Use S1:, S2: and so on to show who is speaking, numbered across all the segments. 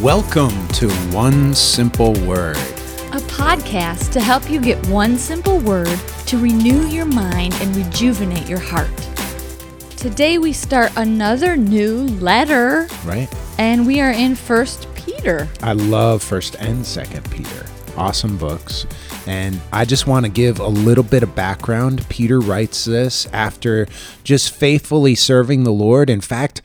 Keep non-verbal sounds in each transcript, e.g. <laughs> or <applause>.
S1: Welcome to One Simple Word.
S2: a podcast to help you get one simple word to renew your mind and rejuvenate your heart. Today we start another new letter
S1: Right?
S2: and we are in 1 Peter.
S1: I love 1st and 2nd Peter. Awesome books. And I just want to give a little bit of background. Peter writes this after just faithfully serving the Lord. In fact,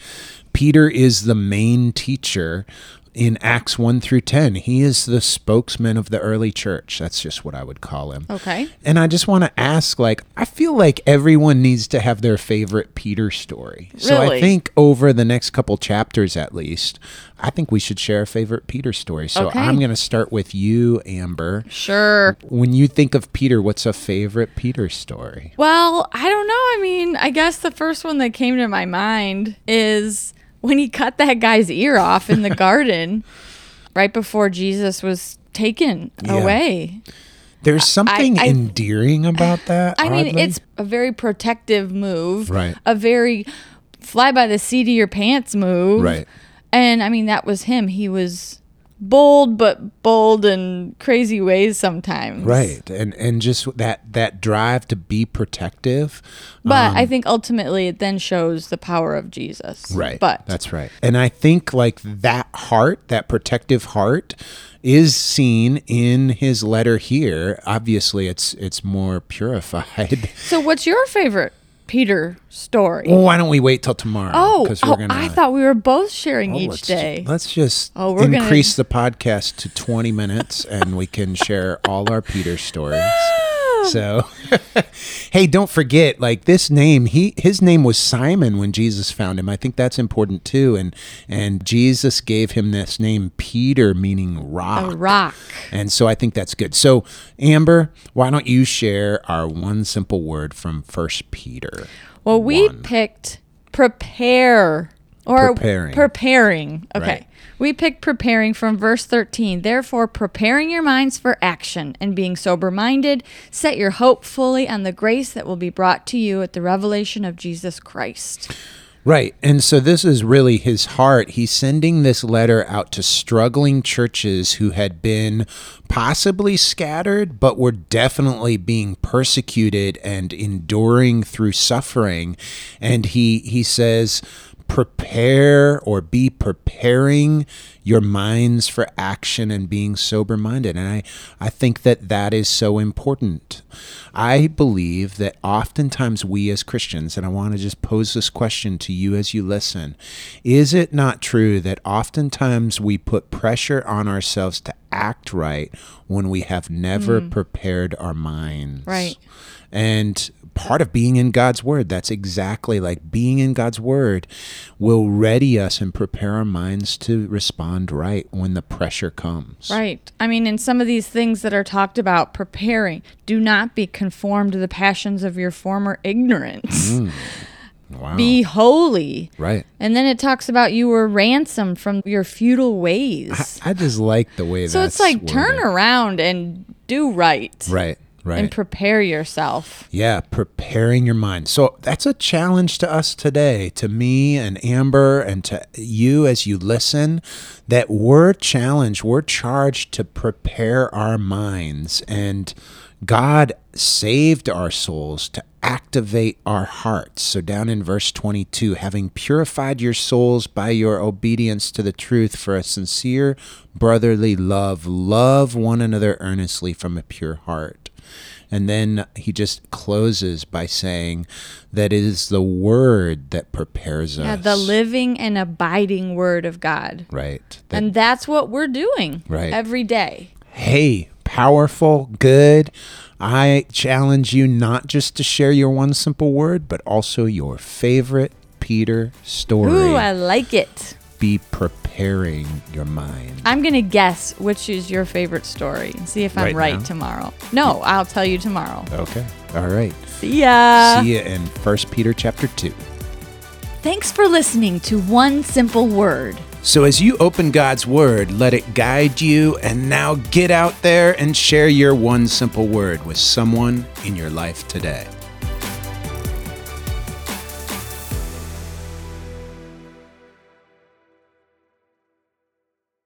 S1: Peter is the main teacher in Acts 1 through 10. He is the spokesman of the early church. That's just what I would call him.
S2: Okay.
S1: And I just want to ask like I feel like everyone needs to have their favorite Peter story. So I
S2: Really?
S1: think over the next couple chapters at least, I think we should share a favorite Peter story. So
S2: Okay.
S1: I'm going to start with you, Amber.
S2: Sure.
S1: When you think of Peter, what's a favorite Peter story?
S2: Well, I don't know. I mean, I guess the first one that came to my mind is when he cut that guy's ear off <laughs> in the garden right before Jesus was taken
S1: Yeah.
S2: away.
S1: There's something
S2: I-
S1: endearing about
S2: <sighs>
S1: that.
S2: I mean,
S1: oddly.
S2: it's a very protective move,
S1: Right.
S2: A very fly by the seat of your pants move,
S1: Right.
S2: And I mean, that was him. He was bold, but bold in crazy ways sometimes,
S1: right. And and just that that drive to be protective.
S2: But
S1: Um,
S2: I think ultimately it then shows the power of Jesus,
S1: Right.
S2: But
S1: that's right. And I think like that heart, that protective heart is seen in his letter here. Obviously it's it's more purified. <laughs>
S2: so, what's your favorite Peter story?
S1: Well, why don't we wait till tomorrow?
S2: oh,
S1: Oh, 'Cause
S2: oh I thought we were both sharing
S1: Oh,
S2: each
S1: let's,
S2: day.
S1: Let's just
S2: Oh, we're gonna-
S1: increase the podcast to 20 minutes and we can share all our Peter stories. So, <laughs> hey, don't forget like this name, he his name was Simon when Jesus found him. I think that's important too and and Jesus gave him this name Peter meaning rock.
S2: A rock.
S1: And so I think that's good. So, Amber, why don't you share our one simple word from First Peter?
S2: Well, we picked prepare or
S1: Preparing.
S2: preparing. Okay.
S1: Right.
S2: We picked preparing from verse 13. Therefore, preparing your minds for action and being sober minded, set your hope fully on the grace that will be brought to you at the revelation of Jesus Christ.
S1: Right. And so this is really his heart. He's sending this letter out to struggling churches who had been possibly scattered, but were definitely being persecuted and enduring through suffering. And he, he says, prepare or be preparing your minds for action and being sober minded and i i think that that is so important i believe that oftentimes we as christians and i want to just pose this question to you as you listen is it not true that oftentimes we put pressure on ourselves to act right when we have never prepared our minds
S2: Right.
S1: and part of being in God's word, that's exactly like being in God's word will ready us and prepare our minds to respond right when the pressure comes.
S2: Right. I mean, in some of these things that are talked about, preparing, do not be conformed to the passions of your former ignorance.
S1: Mm, Wow.
S2: Be holy.
S1: right.
S2: And then it talks about you were ransomed from your feudal ways.
S1: I just like the way
S2: so
S1: that's
S2: it's like turn
S1: worded.
S2: around and do right,
S1: Right. Right.
S2: and prepare yourself.
S1: Yeah, preparing your mind. So that's a challenge to us today, to me and Amber and to you as you listen, that we're challenged, we're charged to prepare our minds. And God saved our souls to activate our hearts. So down in verse 22, having purified your souls by your obedience to the truth for a sincere brotherly love, love one another earnestly from a pure heart. And then he just closes by saying that it is the word that prepares
S2: Yeah,
S1: us.
S2: the living and abiding word of God.
S1: right. That-
S2: And that's what we're doing
S1: Right.
S2: every day.
S1: hey, powerful, good. I challenge you not just to share your one simple word, but also your favorite Peter story.
S2: Ooh, I like it.
S1: Be preparing your mind.
S2: I'm going to guess which is your favorite story and see if I'm
S1: Right
S2: right,
S1: now?
S2: tomorrow. No, I'll tell you tomorrow.
S1: okay. All right.
S2: See ya.
S1: See you in First Peter chapter 2.
S2: Thanks for listening to One Simple Word.
S1: So, as you open God's Word, let it guide you, and now get out there and share your one simple word with someone in your life today.